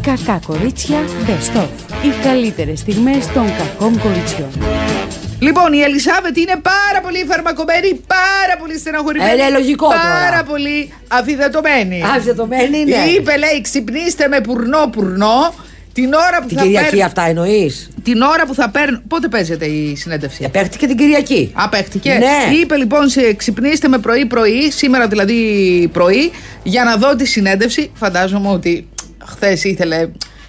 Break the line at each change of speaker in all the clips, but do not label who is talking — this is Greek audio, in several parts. Κακά κορίτσια Best of. Οι καλύτερες στιγμές των κακών κοριτσιών.
Λοιπόν, η Ελισάβετ είναι πάρα πολύ φαρμακομένη, πάρα πολύ στεναχωρημένη.
Ε, ναι, λογικό
Πάρα
τώρα. ναι.
πολύ αφιδετωμένη.
Αφιδετωμένη
ε,
είναι.
Είπε, λέει, ξυπνήστε με πουρνό πουρνό. Την ώρα που
Την
θα
Κυριακή
παίρν-
αυτά εννοείς.
Την ώρα που θα παίρνω. Πότε παίζεται η συνέντευξη.
Ε, Παίχτηκε την Κυριακή.
Απέχτηκε.
Ναι.
Είπε λοιπόν, σε, ξυπνήστε με πρωί-πρωί, σήμερα δηλαδή πρωί, για να δω τη συνέντευξη. Φαντάζομαι ότι χθες ήθελε.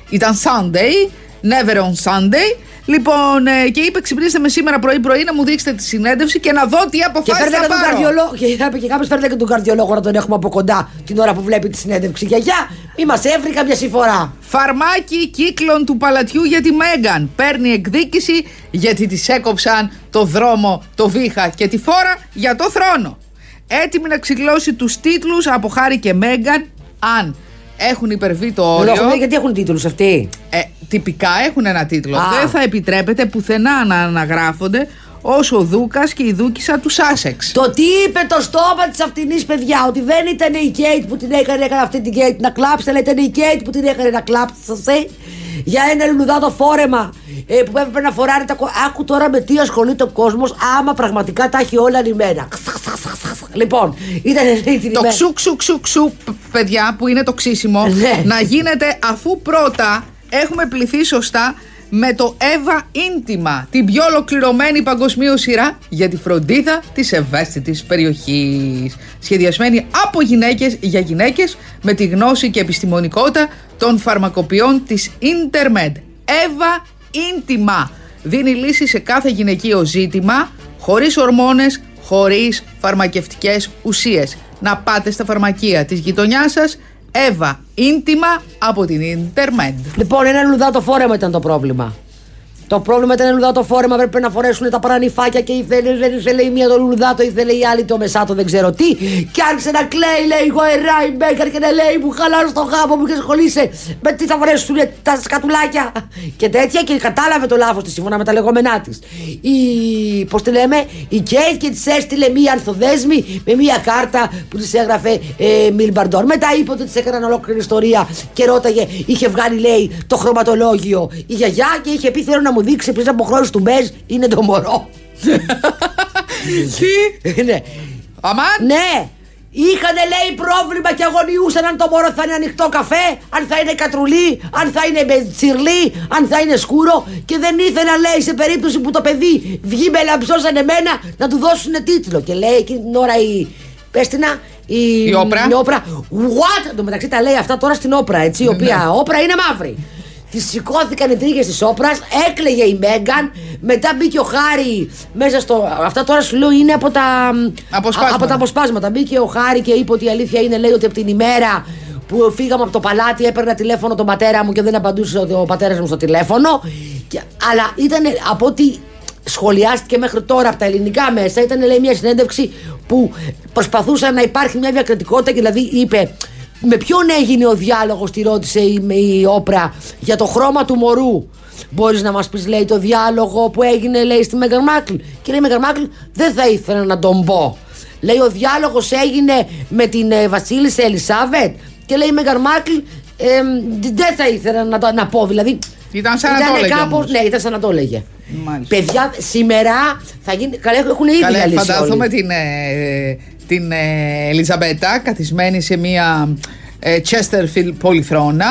Ήταν Sunday, never on Sunday. Λοιπόν, ε, και είπε: Ξυπνήστε με σήμερα πρωί-πρωί να μου δείξετε τη συνέντευξη και να δω τι
Και
αποφάσει
φέρνει
θα
και τον
πάρω.
καρδιολόγο. Και είπε και κάποιος φέρνει και τον καρδιολόγο να τον έχουμε από κοντά την ώρα που βλέπει τη συνέντευξη. Γιαγιά, μη μας έβρει καμιά συμφορά.
Φαρμάκι κύκλων του παλατιού για τη Μέγαν. Παίρνει εκδίκηση γιατί της έκοψαν το δρόμο, το βήχα και τη φόρα για το θρόνο. Έτοιμη να ξυγλώσει τους τίτλους από Χάρη και Μέγαν, αν έχουν υπερβεί το
Δεν
όριο.
έχουμε δει γιατί έχουν τίτλους αυτοί.
Ε, τυπικά έχουν ένα τίτλο.
Α.
Δεν θα επιτρέπεται πουθενά να αναγράφονται ως ο Δούκας και η Δούκησα του Σάσεξ.
Το τι είπε το στόμα της αυτινής παιδιά, ότι δεν ήταν η Κέιτ που την έκανε, έκανε αυτή την Κέιτ να κλάψει, αλλά ήταν η Κέιτ που την έκανε να κλάψει, σα για ένα λουλουδάδο φόρεμα ε, που έπρεπε να φοράρει τα κο... Άκου τώρα με τι ασχολείται ο κόσμος, άμα πραγματικά τα έχει όλα λυμμένα. λοιπόν, ήταν λέει, την
Το
ημέρα-
ξου, ξου, ξου, ξου, π- παιδιά, που είναι το ξύσιμο,
Ναι.
να γίνεται αφού πρώτα έχουμε πληθεί σωστά με το Εύα Ίντιμα, την πιο ολοκληρωμένη παγκοσμίω σειρά για τη φροντίδα της ευαίσθητης περιοχής. Σχεδιασμένη από γυναίκες για γυναίκες με τη γνώση και επιστημονικότητα των φαρμακοποιών της Ιντερμεντ. Εύα Ίντιμα δίνει λύση σε κάθε γυναικείο ζήτημα, χωρίς ορμόνες, χωρίς φαρμακευτικές ουσίες. Να πάτε στα φαρμακεία της γειτονιάς σας, Εύα, ίντιμα από την Ιντερμέντ.
Λοιπόν, ένα λουδάτο φόρεμα ήταν το πρόβλημα. Το πρόβλημα ήταν ένα λουδάτο φόρεμα. Πρέπει να φορέσουν τα παρανυφάκια και ήθελε, δεν ήθελε η μία το λουδάτο, ήθελε η άλλη το μεσάτο, δεν ξέρω τι. Και άρχισε να κλαίει, λέει, γοερά η Μπέκαρ και να λέει, μου χαλάρω στο γάμο μου και σχολείσαι. Με τι θα φορέσουν τα σκατουλάκια και τέτοια. Και κατάλαβε το λάθος της σύμφωνα με τα λεγόμενά της. Η, πώς τη λέμε, η Κέιτ και της έστειλε μία ανθοδέσμη με μία κάρτα που της έγραφε ε, Μιλ Μπαρντόν. Μετά είπε ότι της έκαναν ολόκληρη ιστορία και ρώταγε, είχε βγάλει λέει το χρωματολόγιο η γιαγιά και είχε πει θέλω να μου δείξει πριν από χρόνια του Μπέζ είναι το μωρό.
Τι,
ναι.
αμάν,
ναι. Είχανε λέει πρόβλημα και αγωνιούσαν αν το μωρό θα είναι ανοιχτό καφέ, αν θα είναι κατρουλί, αν θα είναι με τσιρλί, αν θα είναι σκούρο και δεν ήθελα λέει σε περίπτωση που το παιδί βγει με λαμψό σαν εμένα να του δώσουν τίτλο. Και λέει εκείνη την ώρα η... Πες την, να, η,
Η Όπρα.
What! Εν τω μεταξύ τα λέει αυτά τώρα στην όπρα, έτσι,
Ναι,
η οποία όπρα είναι μαύρη. Τη σηκώθηκαν οι τρίγες της όπρας, έκλαιγε η Μέγκαν, μετά μπήκε ο Χάρη μέσα στο. Αυτά τώρα σου λέω είναι από τα.
Αποσπάσματα.
από τα αποσπάσματα. Μπήκε ο Χάρη και είπε ότι η αλήθεια είναι, λέει, ότι από την ημέρα που φύγαμε από το παλάτι έπαιρνα τηλέφωνο τον πατέρα μου και δεν απαντούσε ο πατέρας μου στο τηλέφωνο. Και- αλλά ήταν από ό,τι σχολιάστηκε μέχρι τώρα από τα ελληνικά μέσα, ήταν λέει μια συνέντευξη που προσπαθούσαν να υπάρχει μια διακριτικότητα και δηλαδή είπε με ποιον έγινε ο διάλογος τη ρώτησε η, η Όπρα για το χρώμα του μωρού Μπορείς να μας πεις λέει το διάλογο που έγινε λέει στη Μέγαν Μάκλ Και λέει η Μέγαν Μάκλ δεν θα ήθελα να τον πω Λέει ο διάλογος έγινε με την ε, Βασίλισσα Ελισάβετ Και λέει η Μέγαν Μάκλ «Εμ, δεν θα ήθελα να, το- να πω δηλαδή
Ήταν σαν να το
ήτανε
έλεγε
κάπως-
όμως.
Ναι ήταν σαν να το έλεγε
Μάλιστα.
Παιδιά σήμερα θα γίνει Καλά έχουν ήδη
Καλέ,
διαλύσει
φαντάζομαι
όλοι.
την, ε, την ε, Ελιζαμπέτα καθισμένη σε μία ε, Chesterfield πολυθρόνα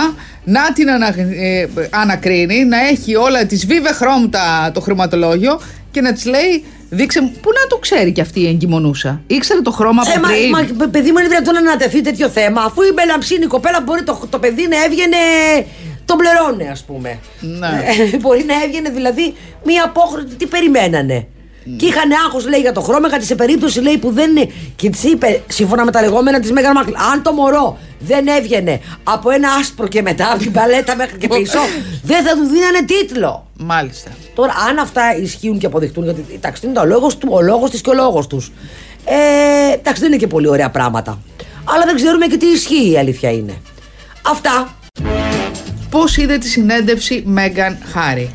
να την ανα- ε, ανακρίνει, να έχει όλα τις βίβε χρώμτα το χρωματολόγιο και να της λέει δείξε μου, πού να το ξέρει κι αυτή η εγκυμονούσα. Ήξερε το χρώμα από
Ε, μα,
πριν.
μα, παι- παιδί μου, είναι δυνατόν να ανατεθεί τέτοιο θέμα. Αφού η μελαμψίνη κοπέλα μπορεί το, το παιδί να έβγαινε. Τον πληρώνε, ας πούμε.
Ναι.
Ε, μπορεί να έβγαινε δηλαδή μία απόχρωση. Τι περιμένανε.
Ναι.
Και είχαν άγχος, λέει, για το χρώμα. Κάτι σε περίπτωση, λέει, που δεν είναι. Και της είπε, σύμφωνα με τα λεγόμενα της Μέγαν Μάρκελ, αν το μωρό δεν έβγαινε από ένα άσπρο και μετά, από την παλέτα μέχρι και πίσω, δεν θα του δίνανε τίτλο.
Μάλιστα.
Τώρα, αν αυτά ισχύουν και αποδειχτούν, γιατί εντάξει, είναι το λόγος του, ο λόγος της και ο λόγος τους. Ε, εντάξει, δεν είναι και πολύ ωραία πράγματα. Αλλά δεν ξέρουμε και τι ισχύει η αλήθεια είναι. Αυτά.
Πώς είδε τη συνέντευξη Μέγαν Χάρη.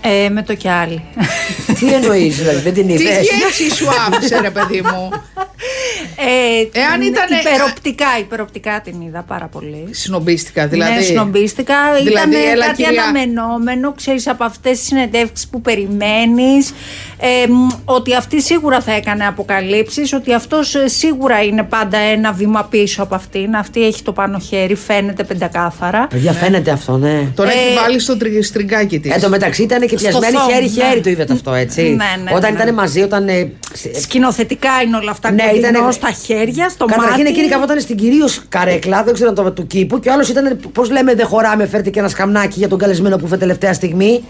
Ε, με το κι άλλη.
τι εννοείς, δηλαδή, δεν την
Τι
είδες.
γεύση σου άφησε, ρε παιδί μου.
Ε,
Εάν
είναι
ήτανε-
Υπεροπτικά, υπεροπτικά την είδα πάρα πολύ.
Σνομπίστηκα, δηλαδή.
ναι, σνομπίστηκα.
Δηλαδή,
Ήταν
έλα,
κάτι
κυρία.
αναμενόμενο, ξέρεις από αυτές τις συνεντεύξεις που περιμένεις. Ε, μ, ότι αυτή σίγουρα θα έκανε αποκαλύψεις, ότι αυτός σίγουρα είναι πάντα ένα βήμα πίσω από αυτήν. Αυτή έχει το πάνω χέρι, φαίνεται πεντακάθαρα.
Παιδιά, φαίνεται αυτό, ναι.
Τον
Ε,
έχει βάλει στο τρι- στριγκάκι της.
Εν τω μεταξύ ήταν και πιασμένοι
θόμο,
χέρι-χέρι,
ναι.
το είδατε αυτό, έτσι.
Ναι, ναι,
όταν
ναι.
ήταν μαζί, όταν. ε, σε-
Σκηνοθετικά είναι όλα αυτά.
Ναι,
Ναι,
ήτανε-
στα χέρια, στο
Καταρχήν
μάτι.
εκείνη καθόταν στην κυρίως καρέκλα, δεν ξέρω το του κήπου. Και ο άλλος ήταν, πώς λέμε, δεν χωράμε, φέρτε και ένα σκαμνάκι για τον καλεσμένο που φέρτε τελευταία στιγμή.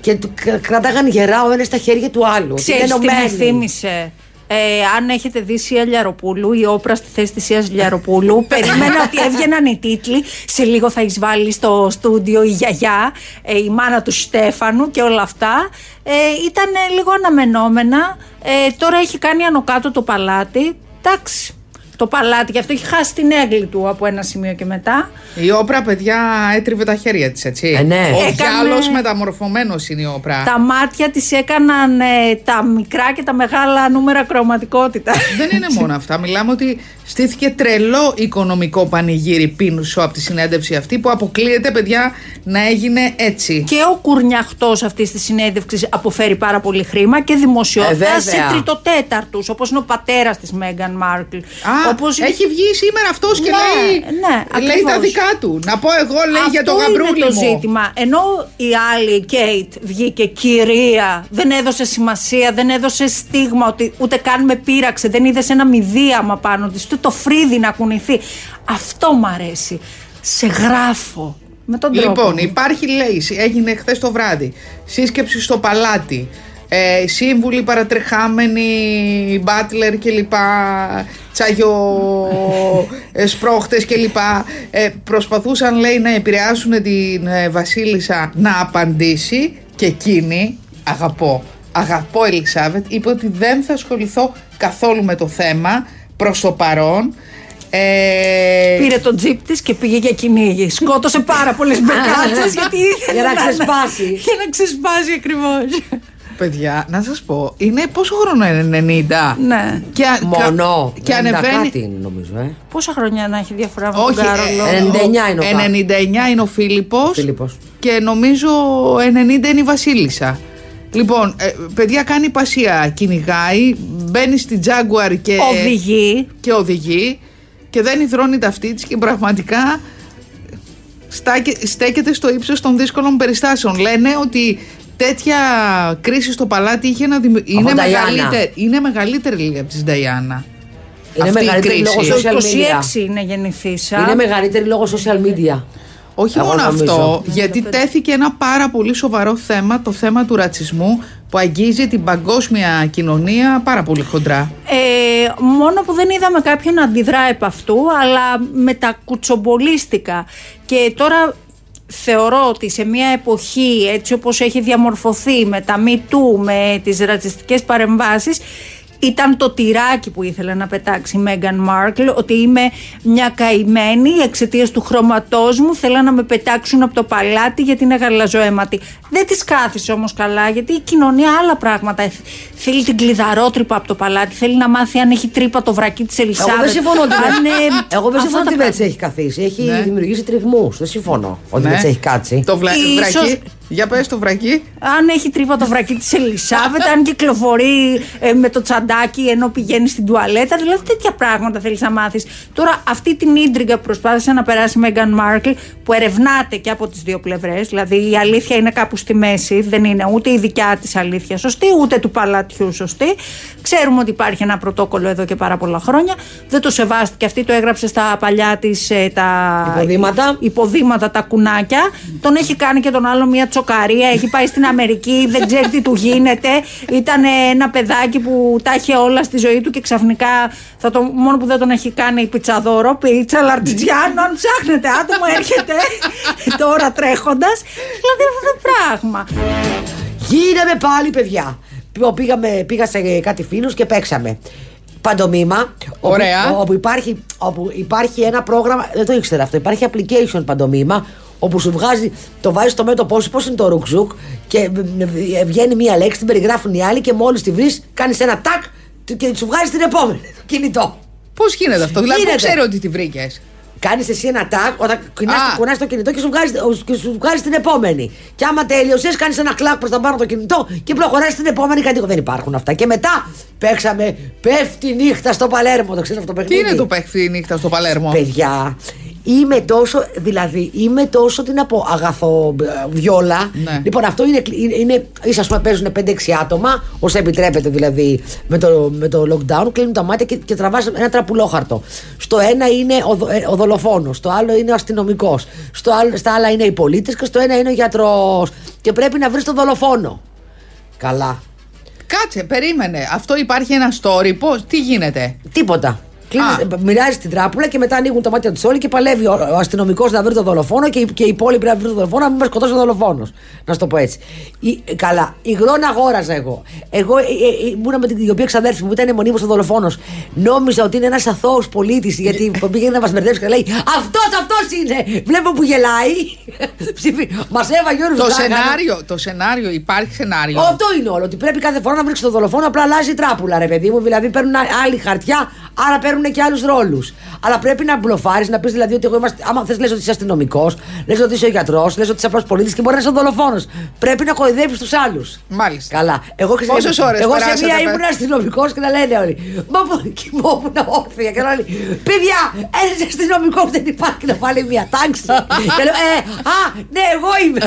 Και του κρα- κρατάγαν γερά ο ένας στα χέρια του άλλου.
Ξέρεις τι
Ενωμένοι.
μου θύμισε. Ε, αν έχετε δει Σία Λιαροπούλου, η όπρα στη θέση της Σίας Λιαροπούλου, περίμενα ότι έβγαιναν οι τίτλοι. Σε λίγο θα εισβάλλει στο στούντιο η γιαγιά, ε, η μάνα του Στέφανου και όλα αυτά. Ε, ήταν ε, λίγο αναμενόμενα. Ε, τώρα έχει κάνει άνω κάτω το παλάτι. Εντάξει. Το παλάτι, γι' αυτό έχει χάσει την έγκλη του από ένα σημείο και μετά.
Η όπρα, παιδιά, έτριβε τα χέρια της, έτσι.
Ε, ναι.
Ο
Έκανε-
διάλος μεταμορφωμένος είναι η όπρα.
Τα μάτια της έκαναν ε, τα μικρά και τα μεγάλα νούμερα κρωματικότητα.
Δεν είναι μόνο αυτά. Μιλάμε ότι στήθηκε τρελό οικονομικό πανηγύρι πίνουσο από τη συνέντευξη αυτή που αποκλείεται, παιδιά, να έγινε έτσι.
Και ο κουρνιαχτός αυτής της συνέντευξης αποφέρει πάρα πολύ χρήμα και
Ε,
δημοσιότητα
βέβαια.
σε τριτοτέταρτους, όπως είναι ο πατέρας της Μέγαν Μάρκλ.
Α,
όπως...
έχει βγει σήμερα αυτός και
Ναι,
λέει,
ναι,
λέει τα
ακριβώς.
δικά του. Να πω εγώ, λέει για το
Αυτό
γαμπρούλι
είναι το
μου.
ζήτημα. Ενώ η άλλη, η Κέιτ, βγήκε κυρία, δεν έδωσε σημασία, δεν έδωσε στίγμα, ότι ούτε καν με πείραξε, δεν είδε ένα μηδίαμα πάνω της, ούτε το φρύδι να κουνηθεί. Αυτό μ' αρέσει. Σε γράφω. Με τον τρόπο.
Λοιπόν,
μου.
υπάρχει λέει, έγινε χθες το βράδυ. Σύσκεψη στο παλάτι. Ε, σύμβουλοι παρατρεχάμενοι, μπάτλερ και λοιπά, τσαγιο ε, σπρώχτες και λοιπά ε, προσπαθούσαν λέει να επηρεάσουν την ε, βασίλισσα να απαντήσει και εκείνη αγαπώ, αγαπώ Ελισάβετ είπε ότι δεν θα ασχοληθώ καθόλου με το θέμα προς το παρόν ε,
Πήρε τον τζιπ της και πήγε για κυνήγι. Σκότωσε πάρα πολλές μπεκάτσε γιατί ήθελε.
Για να ξεσπάσει.
Για να ξεσπάσει ακριβώς.
Παιδιά, να σας πω, είναι πόσο χρόνο είναι 90.
Ναι.
Και, α-
Μόνο.
κα- Και ανεβαίνει.
Κάτι είναι, νομίζω, ε.
Πόσα χρόνια να έχει διαφορά με τον
Όχι,
Κάρολο.
ε,
99 είναι ο Κάρολος.
99 είναι ο Φίλιππος
Φίλιππος.
Και νομίζω 90 είναι η Βασίλισσα. Λοιπόν, ε, παιδιά κάνει πασία. Κυνηγάει, μπαίνει στην Jaguar και
Οδηγεί.
και οδηγεί και δεν υδρώνει τα αυτή της και πραγματικά στάκε- στέκεται στο ύψος των δύσκολων περιστάσεων. Λένε ότι τέτοια κρίση στο παλάτι είχε να δημι... είναι,
Diana.
μεγαλύτερη, είναι μεγαλύτερη λίγα από της Νταϊάννα.
Είναι
Αυτή η
μεγαλύτερη
κρίση.
λόγω
Το
social media.
26 είναι γεννηθήσα.
Είναι μεγαλύτερη λόγω social media.
Όχι
Εγώ
μόνο
νομίζω.
αυτό, γιατί τέθηκε ένα πάρα πολύ σοβαρό θέμα, το θέμα του ρατσισμού που αγγίζει την παγκόσμια κοινωνία πάρα πολύ χοντρά.
Ε, μόνο που δεν είδαμε κάποιον να αντιδρά επ' αυτού, αλλά με τα κουτσομπολίστικα. Και τώρα θεωρώ ότι σε μια εποχή έτσι όπως έχει διαμορφωθεί με τα Me Too, με τις ρατσιστικές παρεμβάσεις, ήταν το τυράκι που ήθελε να πετάξει η Μέγαν Μάρκλ, ότι είμαι μια καημένη εξαιτίας του χρώματός μου, θέλα να με πετάξουν από το παλάτι γιατί είναι γαλαζοαίματη. Δεν της κάθισε όμως καλά, γιατί η κοινωνία άλλα πράγματα θ- θέλει την κλειδαρότρυπα από το παλάτι, θέλει να μάθει αν έχει τρύπα το βρακί της Ελισάβετ.
Εγώ δεν συμφωνώ ότι,
αν, ε,
Εγώ δεν
αυτά
συμφωνώ
τα
ότι
πράγματα.
Βέτσι έχει καθίσει. Έχει
Ναι.
δημιουργήσει τριχμού. Δεν συμφωνώ ότι
Ναι.
Βέτσι έχει κάτσει.
Το βλα...
Ίσως-
βρακί, για πες το βρακί.
Αν έχει τρύπα το βρακί της Ελισάβετ, αν κυκλοφορεί ε, με το τσαντάκι ενώ πηγαίνει στην τουαλέτα. Δηλαδή τέτοια πράγματα θέλεις να μάθεις. Τώρα, αυτή την ίντριγκα που προσπάθησε να περάσει η Μέγαν Μάρκλ, που ερευνάται και από τις δύο πλευρές, δηλαδή η αλήθεια είναι κάπου στη μέση, δεν είναι ούτε η δικιά της αλήθεια σωστή, ούτε του παλατιού σωστή. Ξέρουμε ότι υπάρχει ένα πρωτόκολλο εδώ και πάρα πολλά χρόνια. Δεν το σεβάστηκε αυτή, το έγραψε στα παλιά της τα
Υποδήματα.
υποδήματα τα κουνάκια. Τον έχει κάνει και τον άλλο μια τσοκαρία. Έχει πάει στην Αμερική, δεν ξέρει τι του γίνεται. Ήταν ένα παιδάκι που τα είχε όλα στη ζωή του και ξαφνικά θα το, μόνο που δεν τον έχει κάνει πιτσαδόρο, πίτσα, λαρτιτζιάνο. Αν ψάχνετε άτομο, έρχεται τώρα τρέχοντας. Δηλαδή αυτό το πράγμα.
Γίναμε πάλι παιδιά. Π- Πήγαμε, πήγα σε κάτι φίλους και παίξαμε. Παντομήμα. όπου-
Ωραία.
Όπου, υπάρχει, όπου υπάρχει ένα πρόγραμμα. Δεν το ήξερα αυτό. Υπάρχει application παντομήμα. Όπου σου βγάζει, το βάζεις στο μέτωπό σου, πώς είναι το ρουκζουκ, και μ, μ, βγαίνει μία λέξη, την περιγράφουν οι άλλοι και μόλις τη βρεις, κάνεις ένα τάκ και σου βγάζει την επόμενη. Το κινητό.
Πώς γίνεται αυτό, δηλαδή πού
Γίνεται.
ξέρω ότι τη βρήκες.
Κάνεις εσύ ένα τάκ όταν
Α.
κουνάς το κινητό και σου βγάζει, και σου βγάζει την επόμενη. Και άμα τελειωσές, κάνεις ένα κλακ προς τα πάνω το κινητό και προχωράς στην επόμενη κατηγορία. Δεν υπάρχουν αυτά. Και μετά παίξαμε Πέφτει νύχτα στο Παλέρμο. Το ξέρω αυτό το
Τι
παιχνίδι.
είναι το παίχτη νύχτα στο Παλέρμο.
Παιδιά, είμαι τόσο, δηλαδή, είμαι τόσο, τι να πω, αγαθό ε, βιόλα.
Ναι.
Λοιπόν, αυτό είναι, είναι, είναι ίσα, ας πούμε, παίζουν 5-6 άτομα, όσο επιτρέπεται δηλαδή με το, με το lockdown, κλείνουν τα μάτια και, και τραβάς ένα τραπουλόχαρτο. Στο ένα είναι ο, δο- ε, ο δολοφόνος, στο άλλο είναι ο αστυνομικός, στο άλλο, στα άλλα είναι οι πολίτες και στο ένα είναι ο γιατρός. Και πρέπει να βρεις τον δολοφόνο. Καλά.
Κάτσε, περίμενε. Αυτό υπάρχει ένα story. Πώς, τι γίνεται.
Τίποτα. Κλείνεις-
Α.
Μοιράζεις την τράπουλα και μετά ανοίγουν τα μάτια τους όλοι και παλεύει ο, ο αστυνομικός να βρει τον δολοφόνο και, οι- και οι υπόλοιποι να βρουν τον δολοφόνο να μην με σκοτώσει ο δολοφόνος. Να σου το πω έτσι. Η, καλά, υγρόν αγόραζα εγώ. Εγώ ε, ε, ε, ήμουνα με την η οποία ξαδέρφη μου που ήταν μονίμως ο δολοφόνος. Νόμιζα ότι είναι ένας αθώος πολίτης
Ε.
γιατί πήγαινε να μας μπερδέψει και λέει Αυτός αυτός είναι! Βλέπω που γελάει. μας έβαγε όλου
Το σενάριο, το σενάριο, υπάρχει σενάριο.
αυτό είναι όλο. Ότι πρέπει κάθε φορά να βρίσκει τον δολοφόνο, απλά αλλάζει η τράπουλα, ρε παιδί μου. Δηλαδή παίρνουν άλλη χαρτιά, άρα παίρνουν και άλλους ρόλους. Αλλά πρέπει να μπλοφάρεις, να πεις δηλαδή ότι εγώ είμαστε. Άμα θες, λες ότι είσαι αστυνομικός, λες ότι είσαι ο γιατρός, λες ότι είσαι απλός πολίτης και μπορεί να είσαι ο δολοφόνος. Πρέπει να κοροϊδεύει τους άλλους.
Μάλιστα.
Καλά. Εγώ, ξέρω-
Πόσες ώρες
εγώ σε
περάσατε,
μία
παι-
ήμουν αστυνομικός και να λένε όλοι. Μα που κοιμόμουν όρθια και να λένε Παιδιά, ένα αστυνομικός δεν υπάρχει να βάλει μία τάξη. και λέω Ε, α, ναι, εγώ είμαι.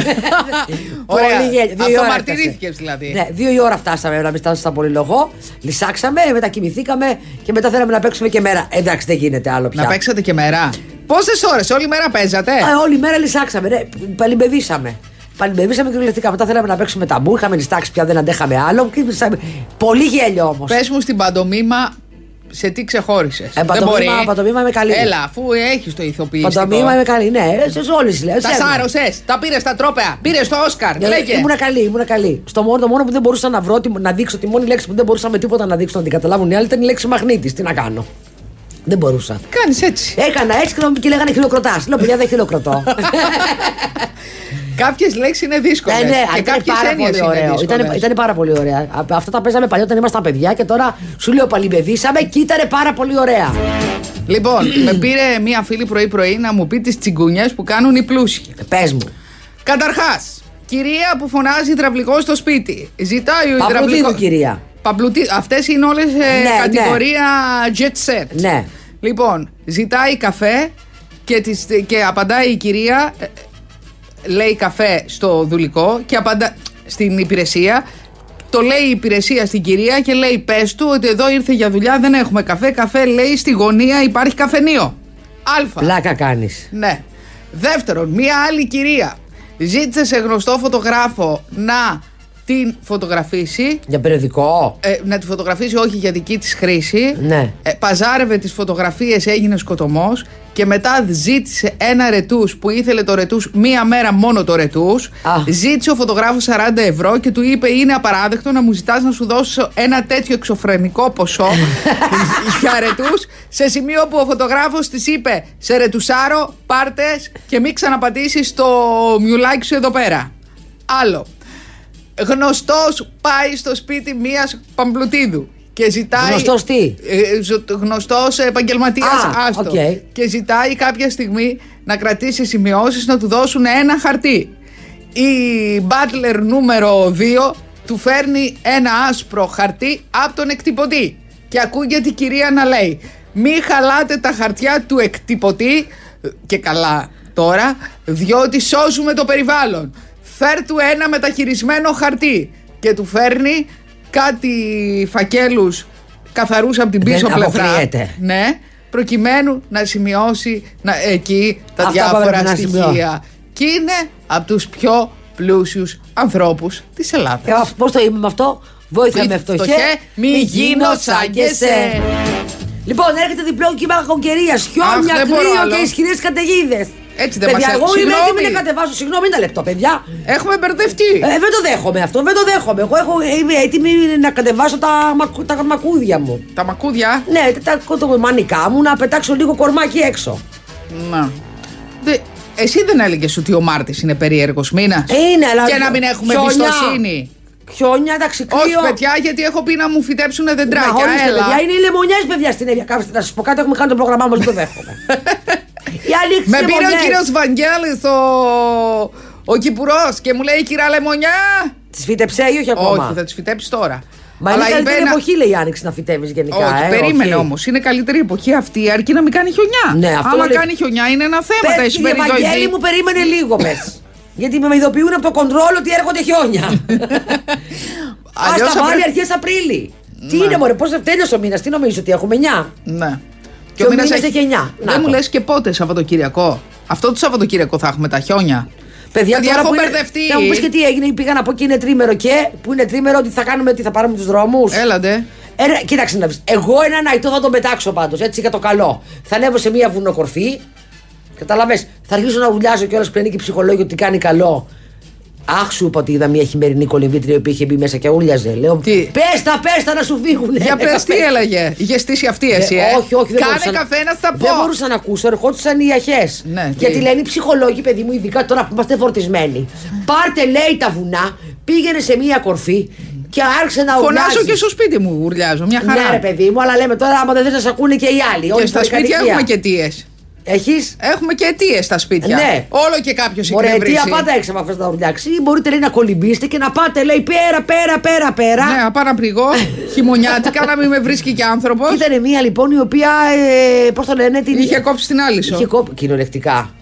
Ωραία.
Πολύ γέλιο. Δύο η ώρα έφτασε.
Αυτομαρτυρήθηκες δηλαδή.
Ναι, δύο η ώρα φτάσαμε να μην φτάσουμε στα πολυλογό. Λυσάξαμε, μετακοιμηθήκαμε και μετά θέλαμε να παίξουμε και μέρα. Ε, Εντάξει, δεν γίνεται άλλο πια.
Να παίξατε και μερά. Πόσες ώρες, όλη μέρα παίζατε.
Α, όλη μέρα λυσάξαμε, ναι. Παλιμπεβήσαμε. Παλιμπεβήσαμε και λεφτικά. Μετά θέλαμε να παίξουμε ταμπού. Είχαμε ληστάξει πια, δεν αντέχαμε άλλο. Και λυσάμε. Πολύ γέλιο όμως.
Πες μου στην παντομήμα σε τι ξεχώρισες.
Ε, παντομήμα- παντομήμα είμαι καλή.
Έλα, αφού έχεις το ηθοποιητικό.
Παντομήμα είμαι καλή. Ναι, σε όλε λέω.
Τα
σε έβγαλε.
σάρωσες, τα πήρες στα τρόπεα, πήρες το Όσκαρ.
Ε,
Λέγε.
Ήμουνα καλή, ήμουνα καλή. Στο μόνο, το μόνο που δεν μπορούσα να βρω, τη- να δείξω, τη μόνη λέξη που δεν μπορούσα με τίποτα να δείξω να την καταλάβουν οι άλλοι ήταν η λέξη μαγνήτης. Τι να κάνω. Δεν μπορούσα.
Κάνεις έτσι.
Έκανα έτσι και να μου- και λέγανε χιλοκροτά. Λέω παιδιά δεν χιλοκροτώ.
Κάποιες λέξεις είναι δύσκολες.
Ε, ναι,
και
ήταν
κάποιες
πάρα
έννοιες
πολύ ωραίο.
είναι
Ήταν,
δύσκολες.
ήταν πάρα πολύ ωραία. Α- Αυτά τα παίζαμε παλιά όταν ήμασταν παιδιά και τώρα σου λέω παλιμπεδίσαμε και ήταν πάρα πολύ ωραία.
Λοιπόν, με πήρε μία φίλη πρωί-πρωί να μου πει τις τσιγκουνιές που κάνουν οι πλούσιοι.
Πες μου.
Καταρχάς, κυρία που φωνάζει υδραυλικό στο σπίτι. Ζητάει ο
Παπλουτίδου,
υδραυλικός.
κυρία.
Παπλουτί... Αυτές είναι όλες
ναι.
κατηγορία jet set.
Ναι.
Λοιπόν, ζητάει καφέ και, της, και απαντάει η κυρία. ε, Λέει καφέ στο δουλικό και απαντά στην υπηρεσία. Το λέει η υπηρεσία στην κυρία και λέει πες του ότι εδώ ήρθε για δουλειά, δεν έχουμε καφέ. Καφέ λέει στη γωνία υπάρχει καφενείο. Αλφα.
Πλάκα κάνεις.
Ναι. Δεύτερον, μία άλλη κυρία ζήτησε σε γνωστό φωτογράφο να την φωτογραφίσει.
Για περιοδικό.
Ε, να τη φωτογραφίσει όχι για δική της χρήση.
Ναι.
Ε, παζάρευε τις φωτογραφίες, έγινε σκοτωμός και μετά ζήτησε ένα ρετούς που ήθελε το ρετούς μία μέρα μόνο το ρετούς.
Α.
Ζήτησε ο φωτογράφος 40 ευρώ και του είπε είναι απαράδεκτο να μου ζητάς να σου δώσω ένα τέτοιο εξωφρενικό ποσό για ρετούς σε σημείο που ο φωτογράφος της είπε σε ρετουσάρω πάρτες και μην ξαναπατήσεις το μιουλάκι σου εδώ πέρα. Άλλο. Γνωστός πάει στο σπίτι μίας Παμπλουτίδου και ζητάει.
Γνωστός τι?
Ε, ζω- γνωστός επαγγελματίας,
Α,
άστο.
οκ.
Και ζητάει κάποια στιγμή να κρατήσει σημειώσεις να του δώσουν ένα χαρτί. Η Butler νούμερο 2 του φέρνει ένα άσπρο χαρτί από τον εκτυπωτή. Και ακούγεται η κυρία να λέει «Μη χαλάτε τα χαρτιά του εκτυπωτή» και καλά τώρα, διότι σώζουμε το περιβάλλον. Φέρ του ένα μεταχειρισμένο χαρτί και του φέρνει κάτι φακέλους καθαρούς από την
Δεν
πίσω πλευρά.
αποκλείεται.
Ναι, προκειμένου να σημειώσει να, εκεί τα
Αυτά
διάφορα
πρέπει να σημειώ.
στοιχεία. Και είναι από τους πιο πλούσιους ανθρώπους της
Ε,
Ελλάδας.
Πώς το είμαι με αυτό. Βόηθα
Μη
με φτωχέ.
φτωχέ, μη γίνω σαν και σε.
Λοιπόν, έρχεται διπλό κύμα κακοκαιρία. Χιόνια,
δεν μπορώ
κρύο
άλλο.
και ισχυρές καταιγίδες.
Έτσι δεν
Παιδιά,
μας
εγώ
έ-
είμαι
Συγγνώμη.
έτοιμη να κατεβάσω. Συγγνώμη, ένα λεπτό, παιδιά.
Έχουμε μπερδευτεί.
Ε, δεν το δέχομαι αυτό, δεν το δέχομαι. Εγώ έχω, είμαι έτοιμη να κατεβάσω τα, μακου- τα μακούδια μου.
Τα μακούδια.
Ναι, τα κοτομανικά μου να πετάξω λίγο κορμάκι έξω.
Να. Δε- εσύ δεν έλεγες ότι ο Μάρτης είναι περίεργος μήνα.
Ε, Είναι, αλλά.
Και να μην έχουμε
χιονιά.
εμπιστοσύνη.
Χιόνια, εντάξει, κρύο.
Όχι, παιδιά, γιατί έχω πει να μου φυτέψουν
Να,
δεντράκια.
ορίστε,
Έλα.
παιδιά, είναι οι λεμονιές, παιδιά στην Εύα. Κάψτε να σας πω κάτι, έχουμε κάνει το πρόγραμμά μας, δεν δέχομαι. Η άνοιξη
Με πήρε ο
λεμονιές.
κύριος Βαγγέλης, ο, ο Κυπουρός, και μου λέει κυρία Λεμονιά.
Τις φύτεψε ή όχι ακόμα.
Όχι, θα τι φυτέψεις τώρα.
Μα είναι καλύτερη
ένα-
εποχή, λέει η Άνοιξη, να φυτεύει γενικά.
Όχι,
ε,
περίμενε
όχι.
όμως. Είναι καλύτερη εποχή αυτή, αρκεί να μην κάνει χιονιά.
Ναι, αυτό
Άμα
λέει-
κάνει χιονιά είναι ένα θέμα. Τα
Πες, κύριε Βαγγέλη
εσπεριδοειδή.
μου, περίμενε λίγο, πες. Γιατί με ειδοποιούν από το κοντρόλ ότι έρχονται χιόνια. Α
Αλλιώς
τα
θα
βάλει
πρέπει-
αρχές Απρίλη. Τι είναι, Μωρέ, πώς τέλειωσε ο μήνας, τι νομίζεις ότι έχουμε 9.
Ναι.
Και ο μήνας έχει εννιά. Να
Δεν
το.
μου λες και πότε Σαββατοκύριακο. Αυτό το Σαββατοκύριακο θα έχουμε τα χιόνια. Παιδιά, έχω
που είναι-
μπερδευτεί.
Θα μου πεις και τι έγινε, πήγα να πω και είναι τρίμερο και. Που είναι τρίμερο, ότι θα κάνουμε, τι θα πάρουμε τους δρόμους.
Έλατε.
Ένα, κοίταξε να δεις. Εγώ ένα ναϊτό θα τον πετάξω πάντως, έτσι για το καλό. Θα ανέβω σε μία βουνοκορφή. Καταλαβες, θα αρχίσω να βουλιάζω κιόλας που λένε και οι ψυχολόγοι ότι κάνει καλό. Αχ, σου είπα ότι είδα μια χειμερινή κολυμπήτρια που είχε μπει μέσα και ούλιαζε. Λέω,
Τι?
πες τα, πες τα να σου φύγουν.
Για πες
ε,
τι έλεγε. Γεστήσει αυτή εσύ, ε.
όχι, όχι, δεν μπορούσα
Κάνε
να-
καφέ να στα πω.
Δεν μπορούσα να ακούσω, ερχόντουσαν οι αχέ.
Ναι, τι?
Γιατί λένε οι ψυχολόγοι, παιδί μου, ειδικά τώρα που είμαστε φορτισμένοι. Πάρτε, λέει, τα βουνά, πήγαινε σε μία κορφή και άρχισε να
Φωνάζω
ουρλιάζεις.
και στο σπίτι μου, ουρλιάζω. Μια χαρά.
Ναι, ρε παιδί μου, αλλά λέμε τώρα, άμα δεν θες να σε ακούνε και οι άλλοι.
Και
όλοι
στα
στην
σπίτια
κατοικία.
έχουμε και αιτίε.
Έχεις?
Έχουμε και αιτίες στα σπίτια.
Ναι.
Όλο και κάποιος
Ωραία,
εκνευρίζει.
αιτία πάντα έξω από αυτά τα ουρλιάξει. Ή μπορείτε λέει να κολυμπήσετε και να πάτε, λέει, πέρα, πέρα, πέρα, πέρα.
Ναι, απάνω να πληγώ. Χειμωνιάτικα να μην με βρίσκει και άνθρωπος.
Ήταν μία λοιπόν η οποία, ε, πώς το λένε, την
Είχε κόψει την άλλη σου.
Είχε κόψει κυριολεκτικά.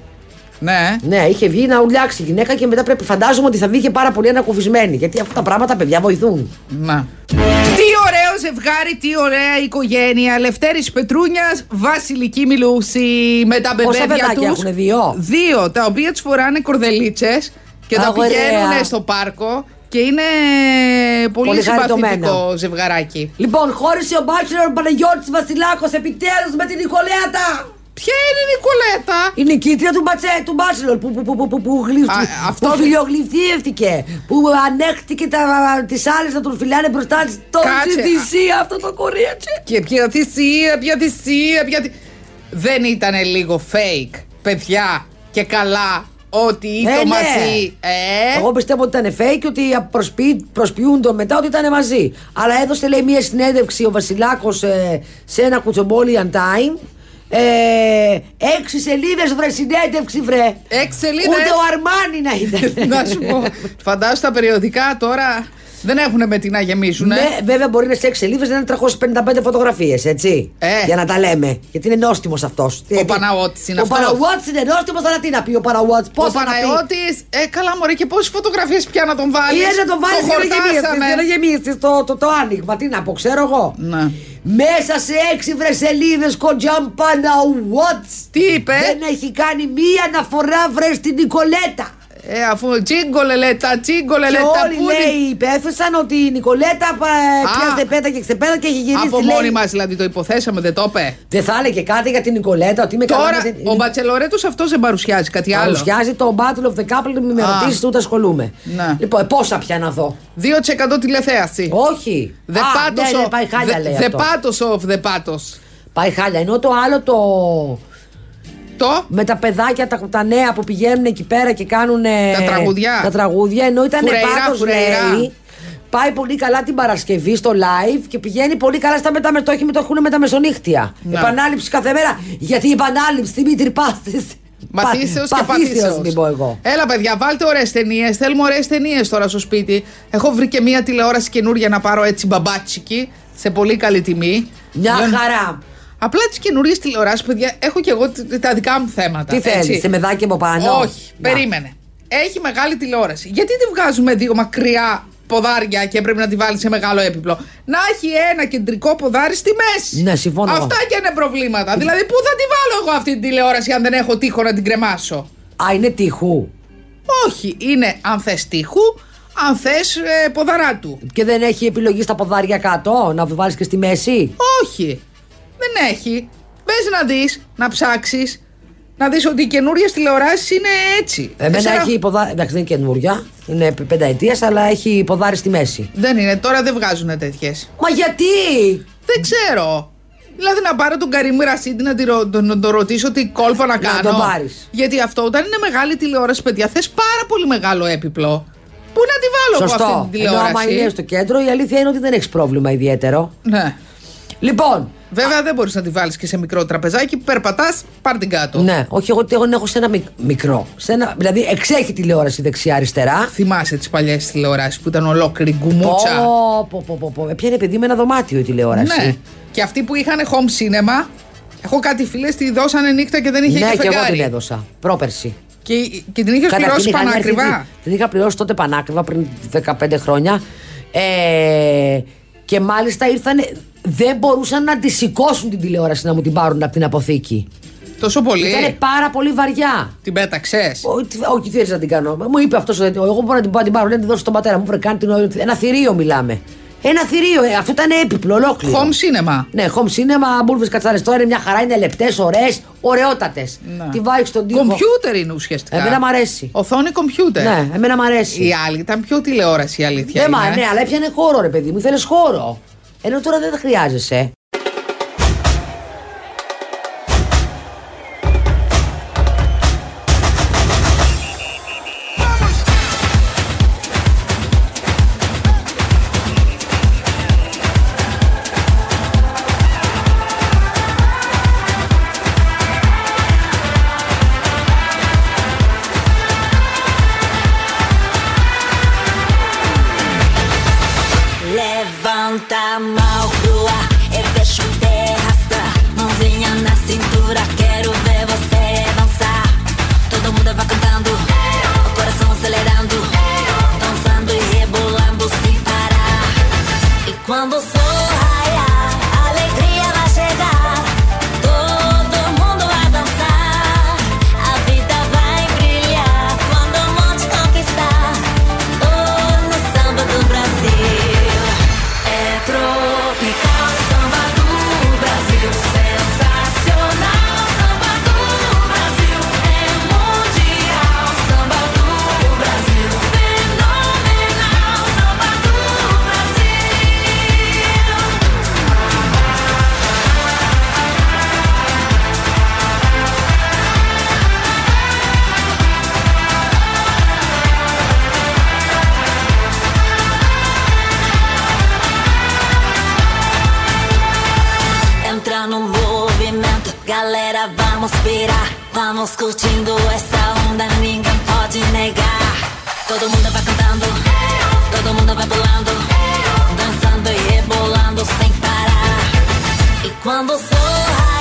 Ναι.
Ναι, είχε βγει να ουρλιάξει η γυναίκα και μετά πρέπει, φαντάζομαι ότι θα βγει και πάρα πολύ ανακουφισμένη. Γιατί αυτά τα πράγματα, παιδιά, βοηθούν.
Να. Τι ωραίο ζευγάρι, τι ωραία οικογένεια. Λευτέρης Πετρούνιας, Βασιλική Μιλούση με τα
Πόσα
μπεμπέδια
παιδάκια
τους.
έχουνε, δύο?
Δύο, τα οποία τους φοράνε κορδελίτσες και
Α,
τα
ωραία.
πηγαίνουν στο πάρκο και είναι πολύ,
Πολύ
συμπαθητικό
χαριτωμένα.
ζευγαράκι.
Λοιπόν, χώρισε ο μπάτσελορ Παναγιώτης Βασιλάκος επιτέλους με την Νικολέτα!
Ποια είναι η Νικολέτα?
Η νικήτρια του Μπατσέ, του Μπάτσελορ που, που, που, που, που, που, γλύφ-
Α, αυτό
που
δεν-
φιλιογλυφθείευτηκε, που ανέχτηκε τα, τις άλλες να τον φιλάνε μπροστά της. Τον
Κάτσε,
θυσία αυτό το κορίτσι.
Και ποια θυσία, ποια θυσία, ποια... θυ- Δεν ήταν λίγο fake, παιδιά, και καλά ότι
Ε,
ήταν
ναι.
μαζί. Ε,
Εγώ πιστεύω ότι ήταν fake και ότι προσποιεί- προσποιούν τον μετά ότι ήταν μαζί. Αλλά έδωσε λέει μία συνέντευξη ο Βασιλάκος ε, σε ένα κουτσομπόλιαν time. Ε, έξι σελίδες βρε συνέντευξη βρε.
Έξι σελίδες. Ναι.
Ούτε ο Αρμάνι να ήταν.
να σου πω. Φαντάζομαι τα περιοδικά τώρα δεν έχουν με τι να γεμίσουν. ε.
Ναι, βέβαια μπορεί να σε έξι σελίδε να είναι 355 φωτογραφίες, έτσι.
Ε.
Για να τα λέμε. Γιατί είναι νόστιμος αυτός.
Παναγιώτης είναι
Ο
αυτός.
Παναγιώτης είναι νόστιμος, αλλά τι να πει ο Παναγιώτης. Πώς
Ο
θα τα πει.
Παναγιώτης, ε, καλά μωρέ και πόσες φωτογραφίες πια να τον βάλεις.
Ή να τον βάλει για να γεμίσει το, το, το άνοιγμα. Τι να πω, ξέρω εγώ.
Ναι.
Μέσα σε έξι βρεσελίδε κοντζάμ Παναγιώτης.
Τι είπες?
Δεν έχει κάνει μία αναφορά βρε στην Νικολέτα.
Ε, αφού τσίγκολελέτα,
Και
τσίγκολελέτα.
όλοι λέει υπέθεσαν ότι η Νικολέτα ε,
Α.
πιάστε πέτα και ξεπέτα και έχει γυρίσει.
Από
λέει,
μόνοι μας δηλαδή το υποθέσαμε, δεν το είπε.
Δεν θα έλεγε κάτι για την Νικολέτα, ότι είμαι
Τώρα
καλά. με την-
ο μπατσελορέτος αυτός δεν παρουσιάζει κάτι άλλο.
Παρουσιάζει το Battle of the Couple, μην με
Α.
ρωτήσει, ούτε ασχολούμαι.
Ναι.
Λοιπόν, ε, πόσα πια να δω.
2% τηλεθέαση.
Όχι.
The
Α,
pathos
ναι, ναι,
of-
πάει χάλια,
the-
λέει
the
αυτό.
pathos of the pathos.
Πάει χάλια. Ενώ το άλλο το.
Το.
με τα παιδάκια, τα, τα νέα που πηγαίνουν εκεί πέρα και κάνουν.
Τα τραγούδια.
Τα τραγούδια. Ενώ ήταν
Φουρεϊρά,
πάθο
φουρεϊρά.
λέει. Πάει πολύ καλά την Παρασκευή στο live και πηγαίνει πολύ καλά στα μετά το έχει με το έχουν με τα μεσονύχτια.
Ναι.
Επανάληψη κάθε μέρα. Γιατί η επανάληψη, Δημήτρη Πάστη.
Μαθήσεω και
Παθήσεως,
παθήσεως.
μην πω εγώ.
Έλα, παιδιά, βάλτε ωραίες ταινίες. Θέλουμε ωραίες ταινίες τώρα στο σπίτι. Έχω βρει και μία τηλεόραση καινούρια να πάρω έτσι μπαμπάτσικη σε πολύ καλή τιμή.
Μια
Λιον-
χαρά.
Απλά τις καινούριε τηλεοράσεις, παιδιά, έχω και εγώ τ- τα δικά μου θέματα.
Τι
έτσι.
θέλει, σε μεδάκι από πάνω.
Όχι,
Να.
περίμενε. Έχει μεγάλη τηλεόραση. Γιατί τη βγάζουμε δύο μακριά ποδάρια και πρέπει να τη βάλει σε μεγάλο έπιπλο. Να έχει ένα κεντρικό ποδάρι στη μέση.
Ναι, συμφωνώ.
Αυτά και είναι προβλήματα. Δηλαδή, πού θα τη βάλω εγώ αυτή την τηλεόραση, αν δεν έχω τείχο να την κρεμάσω.
Α, είναι τείχου.
Όχι, είναι αν θες τείχου, αν θες ποδαρά του.
Και δεν έχει επιλογή στα ποδάρια κάτω, να βάλεις και στη μέση.
Όχι, δεν έχει. Μπε να δεις, να ψάξεις, να δεις ότι οι καινούριες τηλεοράσεις είναι έτσι.
Εμένα
Τέσσερα-
έχει ποδάρι. Εντάξει, δεν είναι καινούρια. Είναι πενταετίας, αλλά έχει ποδάρι στη μέση.
Δεν είναι, τώρα δεν βγάζουν τέτοιες.
Μα γιατί!
Δεν ξέρω. Δηλαδή να πάρω τον Καρύμ Ρασίδη να τη ρω- τον, τον, τον ρωτήσω τι κόλπο να κάνω.
τον πάρεις.
Γιατί αυτό όταν είναι μεγάλη τηλεόραση, παιδιά, θες πάρα πολύ μεγάλο έπιπλο. Που Πού να τη βάλω από αυτή
Σωστό.
την
Ενώ άμα
τηλεόραση.
είναι στο κέντρο, η αλήθεια είναι ότι δεν έχεις πρόβλημα ιδιαίτερο.
Ναι.
Λοιπόν,
Βέβαια δεν μπορείς να τη βάλεις και σε μικρό τραπεζάκι. Περπατάς, πάρ την κάτω.
ναι, όχι, εγώ την έχω σε ένα μικ- μικρό. Σε ένα, δηλαδή, εξέχει τηλεόραση δεξιά-αριστερά.
Θυμάσαι τις παλιές τηλεοράσεις που ήταν ολόκληρη γκουμούτσα.
Πω, πω, πω, πω. Έπιανε παιδί με ένα δωμάτιο η τηλεόραση.
Ναι. Και αυτοί που είχαν home cinema, έχω κάτι φίλες, τη δώσανε νύχτα και δεν είχε
ναι
και
και εγώ
φεγγάρι.
την έδωσα. Πρόπερση.
και, και την είχε πληρώσει
είχαν έρθει
πανάκριβα.
δι- Την είχα πληρώσει τότε πανάκριβα πριν 15 χρόνια. Ε, και μάλιστα ήρθαν. Δεν μπορούσαν να τη σηκώσουν την τηλεόραση να μου την πάρουν από την αποθήκη.
Τόσο πολύ.
Ήταν πάρα πολύ βαριά.
Την πέταξες.
Ό, τι- Όχι, τι θέλεις να την κάνω. Μου είπε αυτός. Εγώ μπορώ να την πάω, την πάρω. Λέει, να την δώσω στον πατέρα μου. Βρε, κάνει την ώρα. Ένα θηρίο μιλάμε. Ένα θηρίο. ε, αυτό ήταν έπιπλο, ολόκληρο.
Home cinema.
Ναι, home cinema, μπουλβες κατσάρες τώρα είναι μια χαρά, είναι λεπτές, ωραίες, ωραιότατες.
Ναι.
Τη βάζεις στον τοίχο.
Κομπιούτερ είναι ουσιαστικά.
Εμένα μ' αρέσει.
Οθόνη κομπιούτερ.
Ναι, εμένα μου αρέσει.
Η άλλη ήταν πιο τηλεόραση η αλήθεια.
Δεν μα,
είναι.
ναι, αλλά έπιανε χώρο, ρε παιδί μου. Ήθελε χώρο. Ενώ τώρα δεν τα χρειάζεσαι.
Levanta a mão pro ar, eu deixo te arrastar. Mãozinha na cintura, quero ver você dançar. Todo mundo vai cantando, o coração acelerando. Dançando e rebolando sem parar. E quando o sol raiar, a alegria vai chegar. Todo mundo vai dançar, a vida vai brilhar. Quando o mundo te conquistar, oh, no samba do Brasil. É tropical, samba do Brasil, sensacional. Samba do Brasil, é mundial. Samba do Brasil, fenomenal. Samba do Brasil. Entra no movimento, galera, vamos pirar. Vamos curtindo essa onda, ninguém pode negar. Todo mundo vai cantando, todo mundo vai pulando, dançando e rebolando sem parar. E quando o sol raiar, É é É é é é